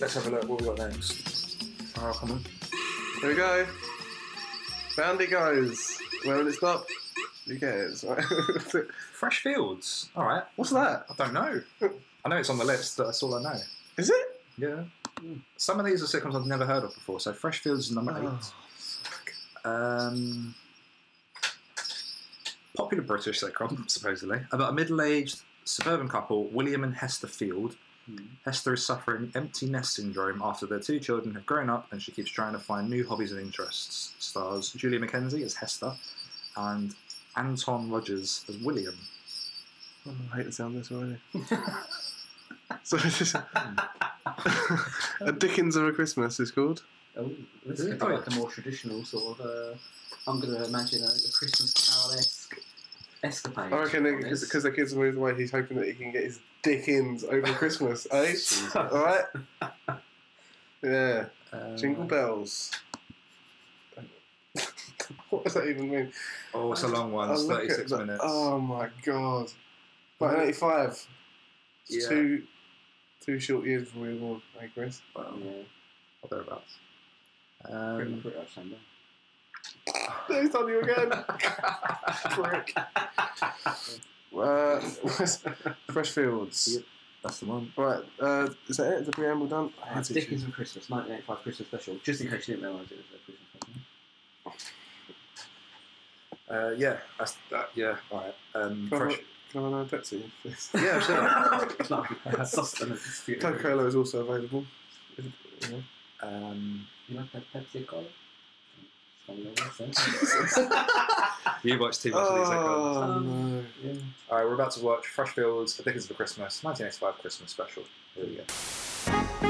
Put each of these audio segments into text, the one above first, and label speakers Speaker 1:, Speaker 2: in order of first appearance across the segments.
Speaker 1: Let's have a look what we got next. Oh, come on.
Speaker 2: Here we go. Round it goes. Well, it's not. Who cares? Right?
Speaker 1: Fresh Fields. All right.
Speaker 2: What's that?
Speaker 1: I don't know. I know it's on the list. That that's all I know.
Speaker 2: Is it?
Speaker 1: Yeah. Some of these are sitcoms I've never heard of before. So Fresh Fields is number
Speaker 2: Oh.
Speaker 1: eight. Um, popular British sitcom, supposedly, about a middle-aged suburban couple, William and Hester Field.
Speaker 3: Hmm.
Speaker 1: Hester is suffering empty nest syndrome after their two children have grown up, and she keeps trying to find new hobbies and interests. Stars Julia McKenzie as Hester, and Anton Rogers as William.
Speaker 2: Oh, I hate the sound of this already. so this is a Dickens of a Christmas is called.
Speaker 3: Oh, this
Speaker 1: Is
Speaker 3: could
Speaker 1: it?
Speaker 3: be like a more traditional sort of. Uh, I'm going to imagine a, a Christmas Carol esque escapade.
Speaker 2: I reckon
Speaker 3: on this.
Speaker 2: because the kids moved away, he's hoping that he can get his Dickens over Christmas. eh? All right. Yeah.
Speaker 1: Uh,
Speaker 2: Jingle bells. what does that even mean?
Speaker 1: Oh, it's a long one. It's
Speaker 2: I look at
Speaker 1: 36
Speaker 2: that-
Speaker 1: minutes.
Speaker 2: Oh my god. 1985. It's
Speaker 1: Yeah.
Speaker 2: two, two short years before we were born, eh, Chris?
Speaker 3: Yeah, um,
Speaker 1: or thereabouts.
Speaker 3: pretty,
Speaker 1: Um,
Speaker 3: pretty much same thing.
Speaker 2: There's on you again. Prick. Uh, Fresh Fields.
Speaker 1: Yep. that's the one.
Speaker 2: Right, uh, is that it? The preamble done?
Speaker 1: Ah,
Speaker 2: I
Speaker 3: That's
Speaker 2: hate it.
Speaker 3: Dickens and Christmas, 1985 Christmas special. Just in case you didn't realise it was a Christmas special.
Speaker 1: Uh, yeah, that's that. Yeah, all right. Um,
Speaker 2: Can I
Speaker 1: fresh.
Speaker 2: have a- can I have another Pepsi? please?
Speaker 1: Yeah, sure.
Speaker 3: It's like sustenance. You
Speaker 2: Coca Cola is also available.
Speaker 1: um,
Speaker 3: like that Pepsi Cola? It's kind of like that, so.
Speaker 2: oh,
Speaker 1: you watch too much of these. sitcoms.
Speaker 2: no.
Speaker 3: Yeah.
Speaker 2: Oh.
Speaker 1: All right, we're about to watch Fresh Fields, The Dickens for Christmas, 1985 Christmas special. Here we go.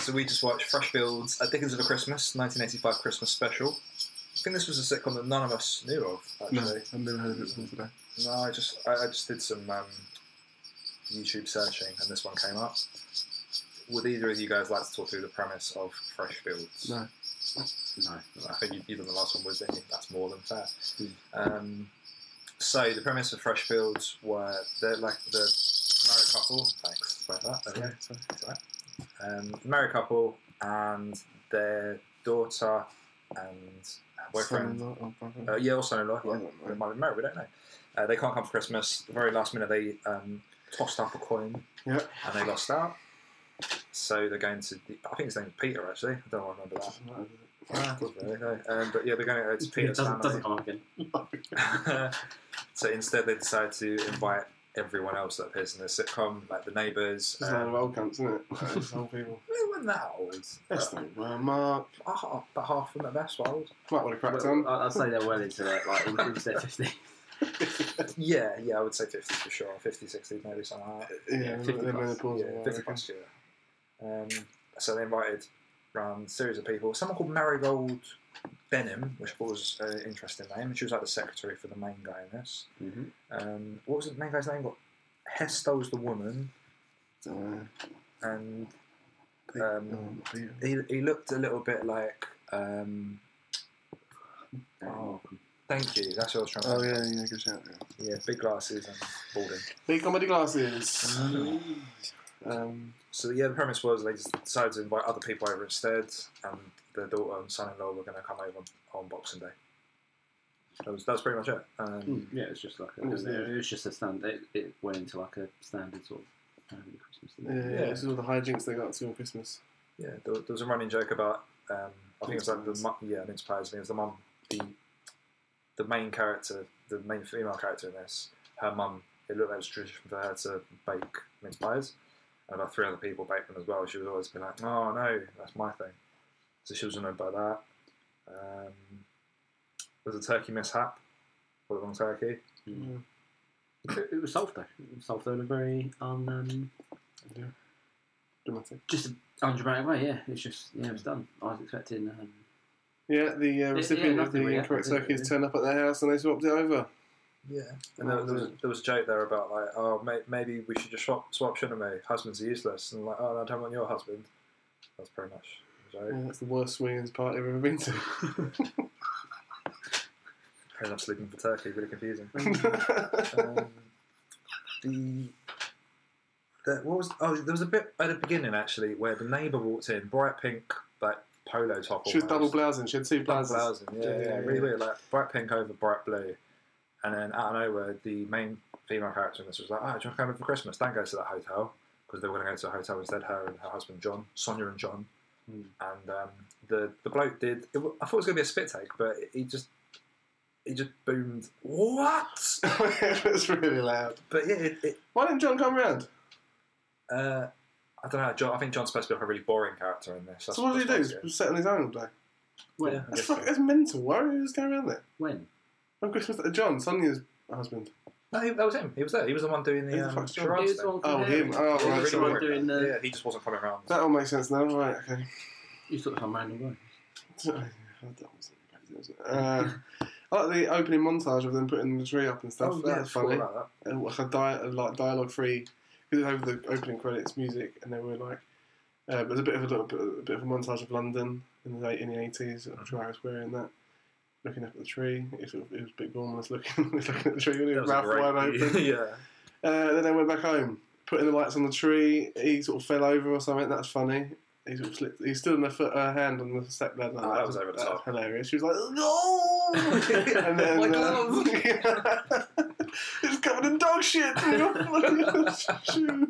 Speaker 1: So we just watched Fresh Fields, A Dickens of a Christmas, 1985 Christmas special. I think this was a sitcom that none of us knew of,
Speaker 2: No,
Speaker 1: actually.
Speaker 2: I've never heard of it before today.
Speaker 1: No, I just I, I just did some um, YouTube searching and this one came up. Would either of you guys like to talk through the premise of Fresh Fields?
Speaker 2: No.
Speaker 3: No.
Speaker 1: I think you, you done the last one with it. That's more than fair. Um, so the premise of Fresh Fields were they're like the married couple. Thanks about that. there we go.
Speaker 2: Yeah, sorry.
Speaker 1: Um, married couple and their daughter and her boyfriend.
Speaker 2: Son-in-law or brother?
Speaker 1: Uh, yeah, or son-in-law.
Speaker 2: I
Speaker 1: Yeah,
Speaker 2: don't know.
Speaker 1: they might be married. We don't know. Uh, they can't come for Christmas. The very last minute, they um, tossed up a coin.
Speaker 2: Yep.
Speaker 1: And they lost out. So they're going to. The, I think his name's Peter. Actually, I don't remember that.
Speaker 2: Doesn't matter, does it?
Speaker 1: Ah, doesn't really, no. um, but yeah, they're going to go to
Speaker 3: It
Speaker 1: Peter's
Speaker 3: doesn't,
Speaker 1: family.
Speaker 3: doesn't come up again.
Speaker 1: so instead, they decide to invite everyone else that appears in the sitcom, like the neighbours.
Speaker 2: It's a lot
Speaker 1: Um,
Speaker 2: of old cunts, isn't it? It's old people.
Speaker 1: they weren't that old.
Speaker 2: That's not well, Mark.
Speaker 1: Uh, half- about half of them at best were old.
Speaker 2: Might want to crack
Speaker 3: Well,
Speaker 2: on.
Speaker 3: I- I'd say they're well into their like into their fifties.
Speaker 1: Yeah, yeah, I would say 50 for sure. 50, 60, maybe something like that.
Speaker 2: Yeah,
Speaker 3: 50
Speaker 2: they're
Speaker 3: plus.
Speaker 2: menopausal,
Speaker 1: Yeah,
Speaker 2: I
Speaker 1: 50
Speaker 2: reckon.
Speaker 1: plus, yeah. Um, so they invited round a series of people. Someone called Marigold Benham, which I thought was an interesting name. She was like the secretary for the main guy in this.
Speaker 3: Mm-hmm.
Speaker 1: Um, what was the main guy's name? Got Hester was the woman,
Speaker 2: Uh,
Speaker 1: and
Speaker 2: Pete-
Speaker 1: Um,
Speaker 2: oh, Pete.
Speaker 1: he, he looked a little bit like. Um, oh, uh, thank you. That's what I was trying to.
Speaker 2: Oh
Speaker 1: think.
Speaker 2: yeah, yeah, good shout. Yeah.
Speaker 1: yeah, big glasses and balding.
Speaker 2: Big comedy glasses. Um,
Speaker 1: So yeah, the premise was they just decided to invite other people over instead, and their daughter and son-in-law were going to come over on, on Boxing Day. That was that's pretty much it. Um,
Speaker 3: Mm, Yeah, it's just like a,
Speaker 2: It was
Speaker 3: it,
Speaker 2: there.
Speaker 3: was just a standard. It, it went into like a standard sort of family Christmas.
Speaker 2: yeah,
Speaker 3: Thing.
Speaker 2: this is all the hijinks they got to on Christmas.
Speaker 1: Yeah, there, there was a running joke about um, I think it was like the
Speaker 2: Mince
Speaker 1: mu- yeah mince pies. and It was the mum, the the main character, the main female character in this. Her mum. It looked like it was tradition for her to bake mince pies, and about three other people baked them as well. She would always be like, "Oh no, that's my thing." So she was annoyed by that. Um, there was a turkey mishap with the wrong turkey.
Speaker 3: Mm. It, it was solved though. It was solved in a very un, um,
Speaker 2: Yeah. Dramatic.
Speaker 3: just undramatic way. Yeah, it's just yeah, it was done. I was expecting. Um,
Speaker 2: Yeah, the uh,
Speaker 3: yeah,
Speaker 2: recipient of
Speaker 3: nothing
Speaker 2: the
Speaker 3: really
Speaker 2: incorrect
Speaker 3: happened,
Speaker 2: turkeys
Speaker 3: did it?
Speaker 2: turned up at their house and they swapped it over.
Speaker 1: Yeah, and there, there, was, there was a joke there about like, oh, may, maybe we should just swap, swap, shouldn't we? Husbands are useless, and like, oh, no, I don't want your husband. That's pretty much the joke.
Speaker 2: Yeah, that's the worst swingers party I've ever been to.
Speaker 1: I ended up sleeping for turkey, really confusing.
Speaker 2: Um,
Speaker 1: um, the, the what was oh there was a bit at the beginning actually where the neighbour walked in, bright pink like polo top.
Speaker 2: she was
Speaker 1: almost.
Speaker 2: double blousing. She had two
Speaker 1: Double
Speaker 2: blouses.
Speaker 1: blousing, yeah, yeah,
Speaker 2: Yeah, yeah,
Speaker 1: really
Speaker 2: yeah.
Speaker 1: weird, like bright pink over bright blue, and then out of nowhere the main female character in this was like, oh, do you want to come in for Christmas? Don't go to that hotel because they were going to go to a hotel instead. Her and her husband John, Sonia and John,
Speaker 2: Hmm.
Speaker 1: and um, the the bloke did. It, wa- I thought it was going to be a spit take, but he just he just boomed what?
Speaker 2: it was really loud.
Speaker 1: But yeah, it, it,
Speaker 2: Why didn't John come round?
Speaker 1: Uh, I don't know. John, I think John's supposed to be like a really boring character in this. That's-
Speaker 2: so what did he do?
Speaker 1: that's
Speaker 2: He
Speaker 1: what
Speaker 2: was set on his own all day.
Speaker 3: When?
Speaker 1: Yeah. I
Speaker 2: That's,
Speaker 1: guess
Speaker 2: fuck,
Speaker 1: so.
Speaker 2: that's mental. Why would he just go around there?
Speaker 3: When?
Speaker 2: On Christmas Day. John, Sonia's husband.
Speaker 1: No, he, that was him. He was there. He was the one doing
Speaker 2: Who
Speaker 1: the,
Speaker 2: the
Speaker 1: um,
Speaker 2: fuck's John?
Speaker 1: charades
Speaker 3: He
Speaker 1: thing.
Speaker 3: was the one
Speaker 2: Oh,
Speaker 3: Yeah.
Speaker 2: him. Oh,
Speaker 1: He was uh,
Speaker 2: right,
Speaker 1: really
Speaker 2: sorry.
Speaker 3: one
Speaker 1: boring.
Speaker 3: doing the-
Speaker 1: Yeah, he just wasn't coming around.
Speaker 2: That all makes sense now. Right, okay.
Speaker 3: You thought some random way.
Speaker 2: That wasn't crazy, was it? Uh, I like the opening montage of them putting the tree up and stuff.
Speaker 1: Oh, yeah,
Speaker 2: That's
Speaker 1: I forgot
Speaker 2: funny.
Speaker 1: about that.
Speaker 2: and like a, di- a like dialogue free because over the opening credits music and they were like uh, there's a bit of a little bit, a bit of a montage of London in the late in the eighties. I'm
Speaker 1: Mm-hmm.
Speaker 2: sure I was wearing that, looking up at the tree. It was, it was a bit gormless looking, looking at the tree. with
Speaker 1: That
Speaker 2: it
Speaker 1: was a
Speaker 2: Ralph wide
Speaker 1: great-
Speaker 2: open.
Speaker 1: yeah.
Speaker 2: Uh, then they went back home, putting the lights on the tree. He sort of fell over or something. That's funny. He sort of slipped. He stood in a foot, uh, hand on the step ladder.
Speaker 1: Oh, that was over the
Speaker 2: That's
Speaker 1: top.
Speaker 2: Hilarious. She was like, no. and then,
Speaker 3: My
Speaker 1: um,
Speaker 2: uh, it's covered in dog shit. from your shoe.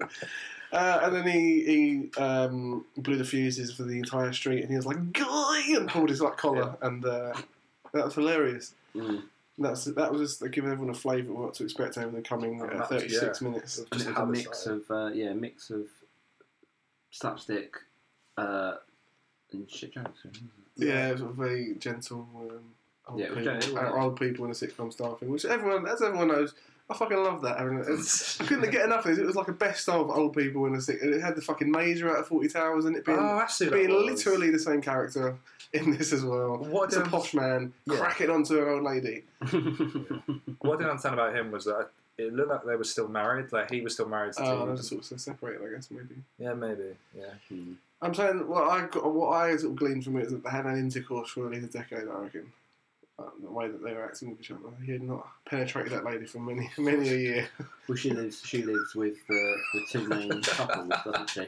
Speaker 2: Uh, and then he, he um, blew the fuses for the entire street, and he was like, "Guy!" and pulled his like collar, and uh, that was hilarious. Mm. That's that was just giving everyone a flavour of what to expect over the coming
Speaker 1: Oh,
Speaker 2: uh,
Speaker 1: that's-
Speaker 2: thirty six minutes.
Speaker 1: Just
Speaker 3: And it was
Speaker 1: how
Speaker 3: a
Speaker 1: they
Speaker 3: mix
Speaker 1: started.
Speaker 3: of uh, yeah, mix of slapstick uh, and shit jokes. really, wasn't it?
Speaker 2: Yeah, it was a very gentle. Um, old,
Speaker 3: Yeah, it was
Speaker 2: people,
Speaker 3: gentle, wasn't
Speaker 2: uh,
Speaker 3: it?
Speaker 2: old people in a sitcom style thing, which everyone, as everyone knows, I fucking love that. I, mean, it's- I couldn't get enough of it. It was like a best of old people in a sitcom. It had the fucking major out of Forty Towers, and it being,
Speaker 1: oh, that's who that
Speaker 2: being
Speaker 1: was.
Speaker 2: literally the same character in this as well.
Speaker 1: What
Speaker 2: It's a
Speaker 1: did, I,
Speaker 2: posh man
Speaker 1: Yeah.
Speaker 2: cracking onto an old lady.
Speaker 1: what I didn't understand about him was that it looked like they were still married. Like he was still married to.
Speaker 2: Oh,
Speaker 1: Tina.
Speaker 2: they're just sort of separated, I guess, maybe.
Speaker 1: Yeah, maybe. Yeah.
Speaker 3: Hmm.
Speaker 2: I'm saying what I got, what I sort of gleaned from it is that they had an intercourse for at least a decade. I reckon uh, the way that they were acting with each other, he had not penetrated that lady for many many a year.
Speaker 3: Well, she lives. She lives with the, the two main couples, doesn't she?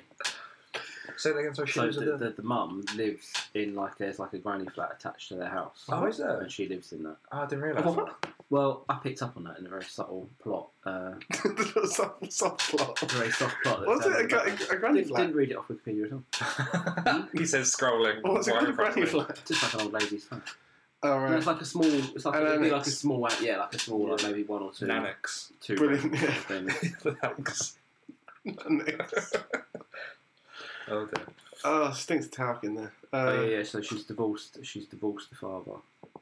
Speaker 1: Say that again. So she
Speaker 3: So
Speaker 1: was
Speaker 3: the,
Speaker 1: the.
Speaker 3: the, the mum lives in like there's like a granny flat attached to their house.
Speaker 1: Oh, is there?
Speaker 3: And she lives in that.
Speaker 1: Oh, I didn't realise.
Speaker 2: What?
Speaker 1: that.
Speaker 3: Well, I picked up on that in a very subtle plot. Uh,
Speaker 2: the little sub- subplot.
Speaker 3: very soft plot. that
Speaker 2: Was it a,
Speaker 3: turned out-
Speaker 2: gra- a granny
Speaker 3: didn't,
Speaker 2: flat?
Speaker 3: didn't read it off Wikipedia at all.
Speaker 1: he says scrolling.
Speaker 2: Or was it
Speaker 1: right in front
Speaker 2: called a
Speaker 1: of
Speaker 2: granny
Speaker 1: me.
Speaker 2: flat?
Speaker 3: Just like an old lady's flat.
Speaker 2: All
Speaker 3: No, it's
Speaker 2: right,
Speaker 3: like a small. It's like,
Speaker 2: An
Speaker 3: it'd be like a
Speaker 2: annex.
Speaker 3: small. Yeah, like a small, like maybe one or two.
Speaker 1: Nanix.
Speaker 3: Two.
Speaker 2: Brilliant, yeah.
Speaker 3: things.
Speaker 1: Nanix.
Speaker 2: Next.
Speaker 1: Oh dear.
Speaker 2: oh, stinks of talc in there. Uh,
Speaker 3: Oh, yeah, yeah. So she's divorced. She's divorced the father,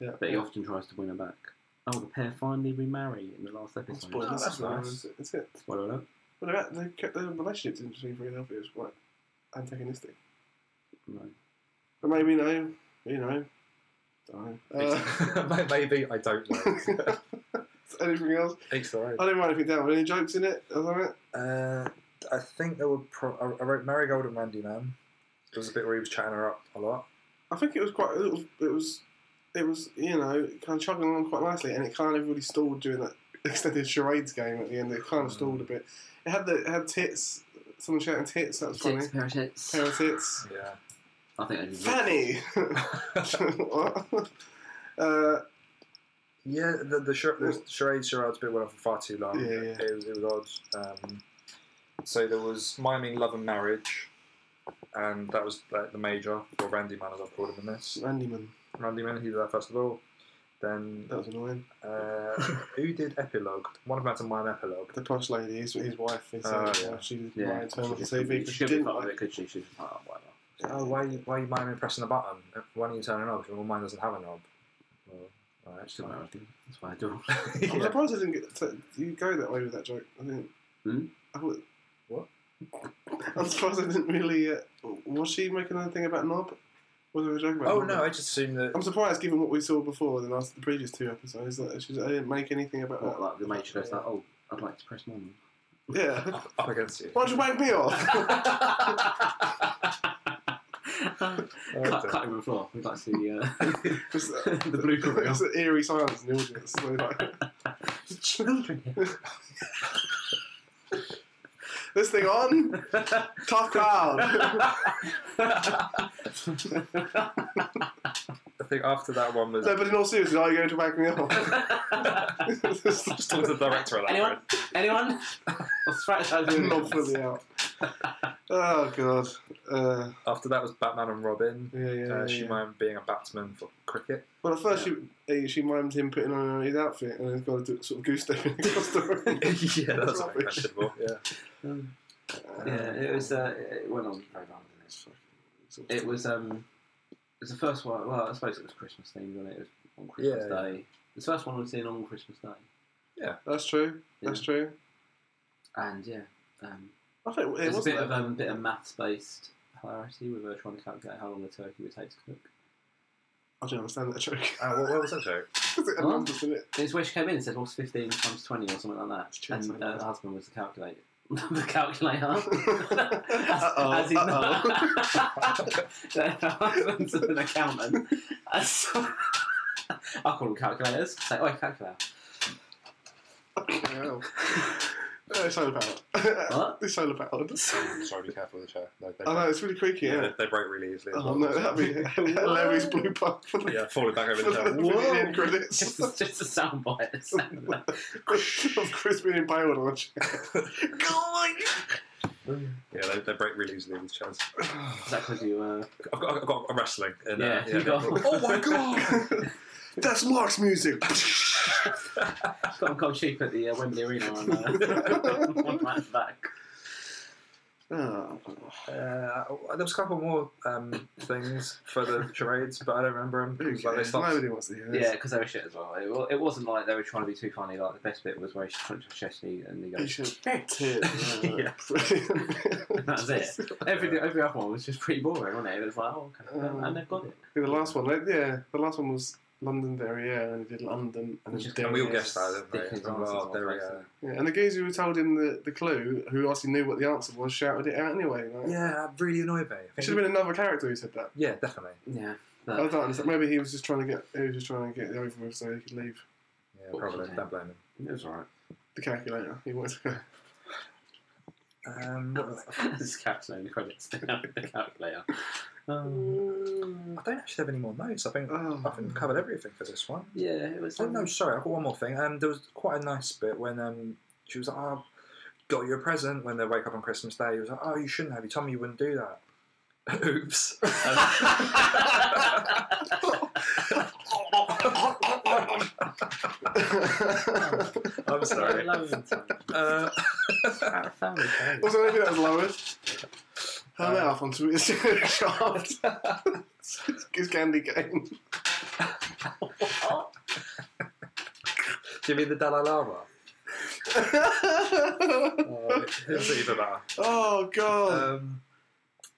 Speaker 2: yeah.
Speaker 3: but he often tries to win her back. Oh, the pair finally remarry in the last episode.
Speaker 2: Spoilers.
Speaker 1: Oh, that's nice.
Speaker 2: That's it.
Speaker 3: Spoiler alert.
Speaker 2: But the, the, kept the relationships didn't seem very healthy. It was quite antagonistic.
Speaker 3: No.
Speaker 2: But maybe no, you know, don't know. Uh,
Speaker 1: Maybe I don't know.
Speaker 2: anything else?
Speaker 1: Each their own.
Speaker 2: I didn't write anything down. Were any jokes in it? Other than it?
Speaker 1: Uh, I think there were. Pro- I- I wrote Marigold and Randy Man. There was a bit where he was chatting her up a lot.
Speaker 2: I think it was quite. It was. It was. It was you know kind of chugging along quite nicely, and it kind of really stalled during that extended charades game at the end. It kind of stalled a bit. It had the it had tits. Someone shouting tits. That was funny.
Speaker 3: Tits, pair of tits.
Speaker 2: Pair of tits.
Speaker 1: Yeah.
Speaker 3: I think I just
Speaker 2: Fanny. What? uh,
Speaker 1: Yeah, the the, char- the charades charades bit went on for far too long.
Speaker 2: Yeah, yeah.
Speaker 1: It, was, it was odd. Um, so there was miming love and marriage, and that was like the major or Randy Man as I've called him in this.
Speaker 2: Randy man.
Speaker 1: Randy Man, he did that first of all. Then
Speaker 2: That was annoying.
Speaker 1: uh, who did epilogue? One of them had to mime epilogue.
Speaker 2: The posh lady, his, his wife, his,
Speaker 1: Oh,
Speaker 2: uh,
Speaker 1: yeah.
Speaker 2: she was
Speaker 3: Yeah.
Speaker 2: my turn on the
Speaker 3: just-
Speaker 2: TV because
Speaker 3: she
Speaker 2: she
Speaker 3: could be
Speaker 2: didn't
Speaker 3: part of
Speaker 2: like
Speaker 3: it, could she? She was just like, oh, whatever.
Speaker 1: Oh, why why are you mind pressing the button? Why don't you turn it off? Well, mine doesn't have a knob. Well, all right.
Speaker 3: That's the way I do. it. That's why I do. it.
Speaker 2: I'm
Speaker 1: Yeah.
Speaker 2: surprised I didn't get to, you go that way with that joke. I didn't.
Speaker 3: Hmm?
Speaker 2: I thought-
Speaker 1: What?
Speaker 2: I'm surprised I didn't really. Uh, was she making another thing about knob? Was there a joke about?
Speaker 1: Oh
Speaker 2: knob?
Speaker 1: no, I just assumed that.
Speaker 2: I'm surprised, given what we saw before the last, the previous two episodes, that she, I didn't make anything about
Speaker 3: But
Speaker 2: that.
Speaker 3: like the matron goes like, oh, I'd like to press mum.
Speaker 2: Yeah.
Speaker 1: up against you.
Speaker 2: Why'd you wank me off?
Speaker 3: cut, cut him on the floor. We'd like to see the, uh,
Speaker 2: It's,
Speaker 3: the blooper reel.
Speaker 2: it's an eerie silence in the audience. So like,
Speaker 3: There's children here.
Speaker 2: this thing on, tough crowd.
Speaker 1: I think after that one was
Speaker 2: no, but in all seriousness, are you going to back me up?
Speaker 1: just talk to the director of that.
Speaker 3: Anyone?
Speaker 1: bit.
Speaker 3: Anyone? I'll scratch that
Speaker 2: Not fully out. Oh god. Uh,
Speaker 1: After that was Batman and Robin.
Speaker 2: yeah, yeah. yeah,
Speaker 1: Uh, she
Speaker 2: yeah.
Speaker 1: mimed being a batsman for cricket.
Speaker 2: Well, at first she uh, she mimed him putting on his outfit, and he's got to do sort of goose stepping across the room.
Speaker 1: yeah,
Speaker 2: That's
Speaker 1: that's not
Speaker 2: rubbish.
Speaker 1: questionable. Yeah.
Speaker 3: Um, Yeah, it was. Uh, it went on very long. didn't it? It was. Um, it was the first one. Well, I suppose it was Christmas themed, wasn't it? It was on Christmas
Speaker 1: Yeah,
Speaker 3: Day. The first one was in on Christmas Day,
Speaker 2: That's true. That's true.
Speaker 3: and yeah, um,
Speaker 2: I think it
Speaker 3: there's
Speaker 2: was
Speaker 3: a bit of um, bit of maths based hilarity. We were trying to calculate how long the turkey would take to cook.
Speaker 2: I don't understand that joke.
Speaker 1: Uh, what, what was that joke?
Speaker 2: Is it a
Speaker 3: Huh?
Speaker 2: numbers, isn't it?
Speaker 3: It's where she came in and said, "What's fifteen times 20 or something like
Speaker 2: It's
Speaker 3: that?"
Speaker 2: true,
Speaker 3: and
Speaker 2: something
Speaker 3: uh,
Speaker 2: like
Speaker 3: the
Speaker 2: that.
Speaker 3: husband was the calculator. the calculator.
Speaker 2: Uh-oh,
Speaker 3: as, as he's not.
Speaker 2: uh-oh.
Speaker 3: the husband's an accountant. As- I call them calculators. Say, "Oi, calculator."
Speaker 2: Fucking hell. Uh, it's solar powered.
Speaker 3: What?
Speaker 2: It's solar powered.
Speaker 1: Sorry, be careful with the chair. No, they,
Speaker 2: I know, it's really creaky, Oh, yeah.
Speaker 1: they, they break really easily. as
Speaker 2: Oh
Speaker 1: well.
Speaker 2: no, that'd be a hilarious blooper for the,
Speaker 1: yeah, falling back over
Speaker 2: for
Speaker 1: the
Speaker 2: the,
Speaker 1: chair.
Speaker 2: for the end credits
Speaker 3: Just, just a soundbite. It sounded like-
Speaker 2: of Chris being impaled on a chair.
Speaker 1: Yeah, they, they break really easily with chairs.
Speaker 3: Is that because you? Uh,
Speaker 1: I've got, I've got a wrestling. In,
Speaker 3: Yeah,
Speaker 1: uh,
Speaker 3: you got-
Speaker 1: oh my god!
Speaker 2: That's Mark's music.
Speaker 3: got them cold cheap at the uh, Wembley Arena on uh, one night back.
Speaker 2: oh,
Speaker 1: Uh, there was a couple more um, things for the charades, but I don't remember them.
Speaker 2: who
Speaker 1: Like they
Speaker 2: cares?
Speaker 1: stopped.
Speaker 2: Nobody wants to hear this.
Speaker 3: Yeah, because they were shit as well. It, wa- it wasn't like they were trying to be too funny. Like the best bit was where she punched her chest knee and he
Speaker 2: He
Speaker 3: goes,
Speaker 2: should tit.
Speaker 1: Yeah.
Speaker 3: "That's it." Every every other one was just pretty boring, wasn't it? It was like, "Oh, okay,
Speaker 2: Um,
Speaker 3: and they've got it."
Speaker 2: the last one, like, yeah, the last one was London Derriere, and he did London and
Speaker 3: Which
Speaker 2: then
Speaker 3: is-
Speaker 1: And we all
Speaker 2: Derriere.
Speaker 1: guessed that, didn't
Speaker 3: Dickens
Speaker 1: we?
Speaker 3: answers
Speaker 1: Well,
Speaker 3: on
Speaker 1: there we
Speaker 3: Facebook.
Speaker 1: go.
Speaker 2: Yeah, and the geezer who told him the, the clue, who obviously knew what the answer was, shouted it out anyway. Like,
Speaker 1: Yeah, that really annoyed me. I
Speaker 2: It
Speaker 1: think-
Speaker 2: should have been another character who said that.
Speaker 1: Yeah, definitely.
Speaker 3: Yeah,
Speaker 2: I
Speaker 3: but
Speaker 2: don't understand. Maybe he was just trying to get he was just trying to get it over with so he could leave
Speaker 1: Yeah, probably. Don't blame him.
Speaker 3: it was alright.
Speaker 2: the calculator. He wanted to go.
Speaker 1: Um, what was-
Speaker 3: It's calculating the credits down with the calculator. Um,
Speaker 2: Oh,
Speaker 1: I don't actually have any more notes. I think I think we've covered everything for this one.
Speaker 3: yeah, it was.
Speaker 1: Oh
Speaker 3: um,
Speaker 1: no, sorry, I've got one more thing. Um, there was quite a nice bit when um, she was like, oh, got you a present when they wake up on Christmas Day. He was like, oh, you shouldn't have. You told me you wouldn't do that. Oops. I'm sorry. Uh,
Speaker 2: also, maybe that was Lois. Her
Speaker 1: Uh,
Speaker 2: mouth on Twitter shaft. It's candy cane.
Speaker 1: do you mean the Dalai Lama? Uh,
Speaker 2: oh
Speaker 1: It's even better.
Speaker 2: god.
Speaker 1: Um,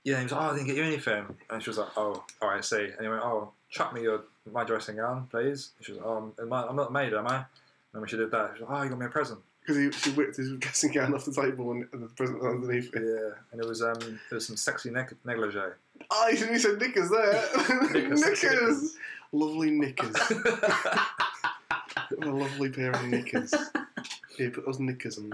Speaker 1: yeah, he was like, oh, I didn't get you anything. And she was like, oh, oh, I see. And he went, oh, chuck me your my dressing gown, please. And she was like, oh, am I, I'm not a maid, am I? And then when she did that, she was like, oh, you got me a present.
Speaker 2: Because he she whipped his dressing gown off the table and and the present was underneath it.
Speaker 1: Yeah, and it was um, it was some sexy neg- negligee.
Speaker 2: Oh, he should've said knickers there.
Speaker 1: Knickers.
Speaker 2: knickers. Lovely knickers. What a lovely pair of knickers. yeah, put those knickers on.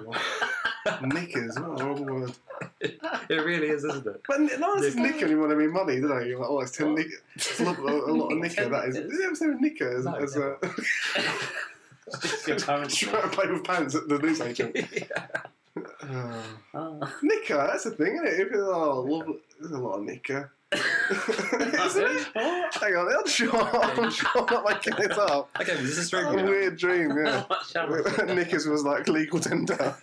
Speaker 2: knickers, what a horrible word.
Speaker 1: it really is, isn't it?
Speaker 2: But no one's knicker anymore, I mean money, do they? You're like, oh, it's 10
Speaker 3: What?
Speaker 2: knickers. It's a lot, a lot of knicker, that is. Did you ever say knicker as,
Speaker 3: No,
Speaker 2: as a. Trying to play with pants at the newsagent. Oh. Knicker, that's a thing, isn't it? If you're, oh, lovely. There's a lot of knicker. Isn't it?
Speaker 3: Oh,
Speaker 2: Hang on, I'm sure, I'm sure I'm not making this up.
Speaker 1: Okay, this is
Speaker 2: A
Speaker 1: true.
Speaker 2: weird dream, yeah. Knickers was like legal tender.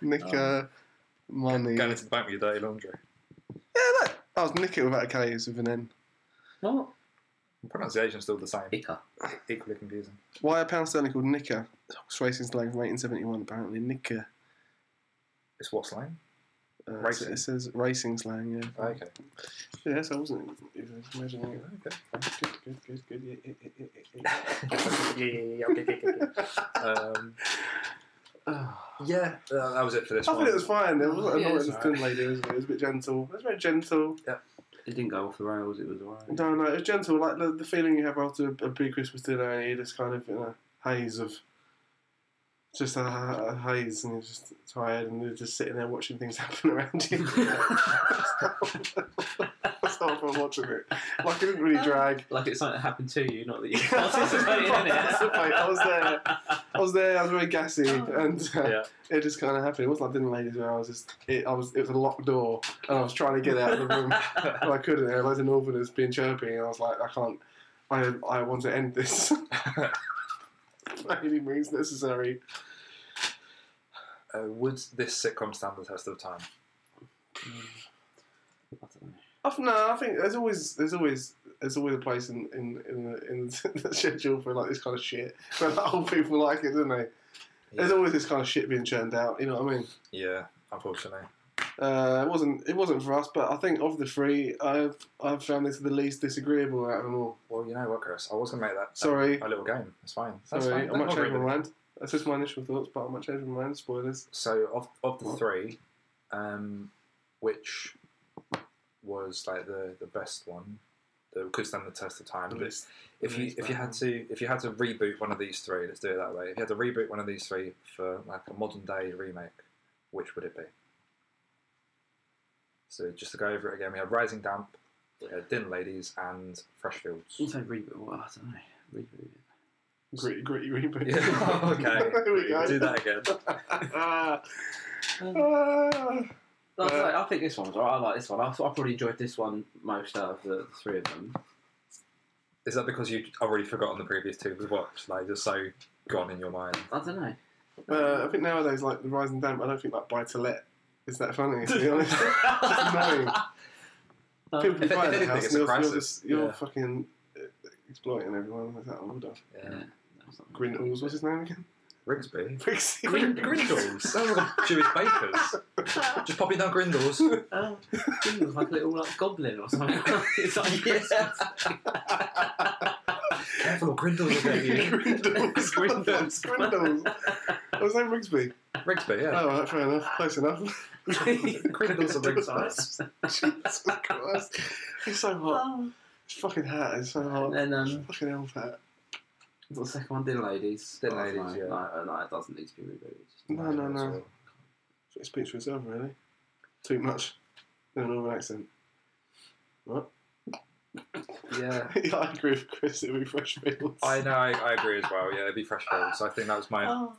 Speaker 2: Knicker money.
Speaker 1: Going
Speaker 2: Yeah,
Speaker 1: into the bank with your dirty laundry.
Speaker 2: look. I was Nicker without a K, it's with an N.
Speaker 3: What?
Speaker 1: The pronunciation's still the same,
Speaker 3: Ica.
Speaker 1: equally confusing.
Speaker 2: Why a pound sterling called Nicker? It's racing slang from 1871, apparently. Nicker.
Speaker 1: It's what slang?
Speaker 2: Uh,
Speaker 1: Racing.
Speaker 2: It says racing slang, yeah.
Speaker 1: Oh, okay.
Speaker 2: Yeah, so I wasn't even imagining it.
Speaker 1: Okay.
Speaker 2: Good, good, good, good. Yeah, yeah, yeah, yeah,
Speaker 1: Um,
Speaker 2: yeah.
Speaker 1: yeah, uh, that was it for this
Speaker 2: I
Speaker 1: one.
Speaker 2: thought it was fine. It wasn't
Speaker 3: Yeah,
Speaker 2: annoying
Speaker 3: it's
Speaker 2: as thin lady, was it? It was a bit gentle. It was very gentle.
Speaker 1: Yeah.
Speaker 3: It didn't go off the rails. It was alright.
Speaker 2: No, no, it's gentle. Like the, the feeling you have after a big Christmas dinner, and you're just kind of in a haze of just a, a haze, and you're just tired, and you're just sitting there watching things happen around you. That's how I felt watching it. Like it didn't really drag.
Speaker 3: Like it's something that happened to you, not that you participated in it.
Speaker 2: Participate. I was there. I was there. I was very gassy, and uh,
Speaker 1: Yeah.
Speaker 2: it just kind of happened. It wasn't like dinner ladies where I was just. It, I was. It was a locked door, and I was trying to get out of the room. and I couldn't. There were loads of Northerners being chirpy, and I was like, I can't. I I want to end this. By any means necessary.
Speaker 1: Uh, would this sitcom stand the test of time?
Speaker 3: I don't know.
Speaker 2: I th- No, I think there's always there's always there's always a place in in in, the- in the schedule for like this kind of shit. But like, old people like it, don't they? There's
Speaker 1: Yeah.
Speaker 2: always this kind of shit being churned out. You know what I mean?
Speaker 1: Yeah, unfortunately.
Speaker 2: Uh, it wasn't it wasn't for us, but I think of the three, I've I've found this the least disagreeable out of them all.
Speaker 1: Well, you know what, Chris? I was going to make that
Speaker 2: Sorry,
Speaker 1: a little game. It's fine. That's
Speaker 2: sorry, I
Speaker 1: fine.
Speaker 2: might
Speaker 1: Don't
Speaker 2: change
Speaker 1: worry
Speaker 2: my
Speaker 1: about it.
Speaker 2: mind. That's just my initial thoughts, but I might change my mind. Spoilers.
Speaker 1: So, of, of the three, um, which was like the, the best one that could stand the test of time? But if you if you had to if you had to reboot one of these three, let's do it that way. If you had to reboot one of these three for like a modern day remake, which would it be? So just to go over it again, we had Rising Damp, we had Din Ladies, and Fresh Fields.
Speaker 3: Also reboot. Well, I don't know. Reboot. it.
Speaker 2: gritty gritty reboot.
Speaker 1: Yeah. Oh, okay,
Speaker 2: there we go.
Speaker 1: do that again.
Speaker 2: Ah.
Speaker 3: Um,
Speaker 2: Ah.
Speaker 3: I was like, I think this one's alright. I like this one. I, thought I probably enjoyed this one most out of the, the three of them.
Speaker 1: Is that because you already forgotten the previous two we watched? Like just so gone in your mind.
Speaker 3: I don't know.
Speaker 2: Uh, I think nowadays, like the rising damp, I don't think like buy to let is that funny. To be honest, Just annoying.
Speaker 3: Um,
Speaker 2: people
Speaker 1: If-
Speaker 2: buy
Speaker 1: if
Speaker 2: the
Speaker 1: anything,
Speaker 2: house,
Speaker 1: it's
Speaker 2: and
Speaker 1: a
Speaker 2: you're, you're
Speaker 1: crisis.
Speaker 2: just you're
Speaker 1: Yeah.
Speaker 2: fucking uh, exploiting everyone. Is that order?
Speaker 3: yeah, no, it's not-
Speaker 2: Grindles, what's his name again?
Speaker 1: Rigsby.
Speaker 2: Pixie
Speaker 3: Grin-
Speaker 1: Grindles. Sounds like a Jewish bakers. Just popping down Grindles.
Speaker 3: Um, Grindles like a little like goblin or something. it's like yeah.
Speaker 1: Careful, Grindles will get you.
Speaker 2: Grindles.
Speaker 3: Grindles.
Speaker 2: Grindles. What was that Rigsby?
Speaker 1: Rigsby, yeah.
Speaker 2: Oh, right, fair enough. Close enough.
Speaker 1: Grindles and Rigsby.
Speaker 2: Jesus Christ. It's so hot.
Speaker 3: Um,
Speaker 2: It's fucking hot. It's so hot.
Speaker 3: And then
Speaker 2: It's
Speaker 3: um,
Speaker 2: fucking elf hat.
Speaker 3: the second one, Din Ladies.
Speaker 1: Din
Speaker 3: I was
Speaker 1: Ladies,
Speaker 3: like,
Speaker 1: yeah.
Speaker 3: No, no, uh, it doesn't need to be rebooted.
Speaker 2: Oh, No, no, no. It speaks for itself, really. Too much. In an Northern accent. What?
Speaker 1: Yeah.
Speaker 2: yeah, I agree with Chris. It'd be fresh fields.
Speaker 1: I know, I, I agree as well. Yeah, it'd be Fresh Fields. I think that was my,
Speaker 3: Oh.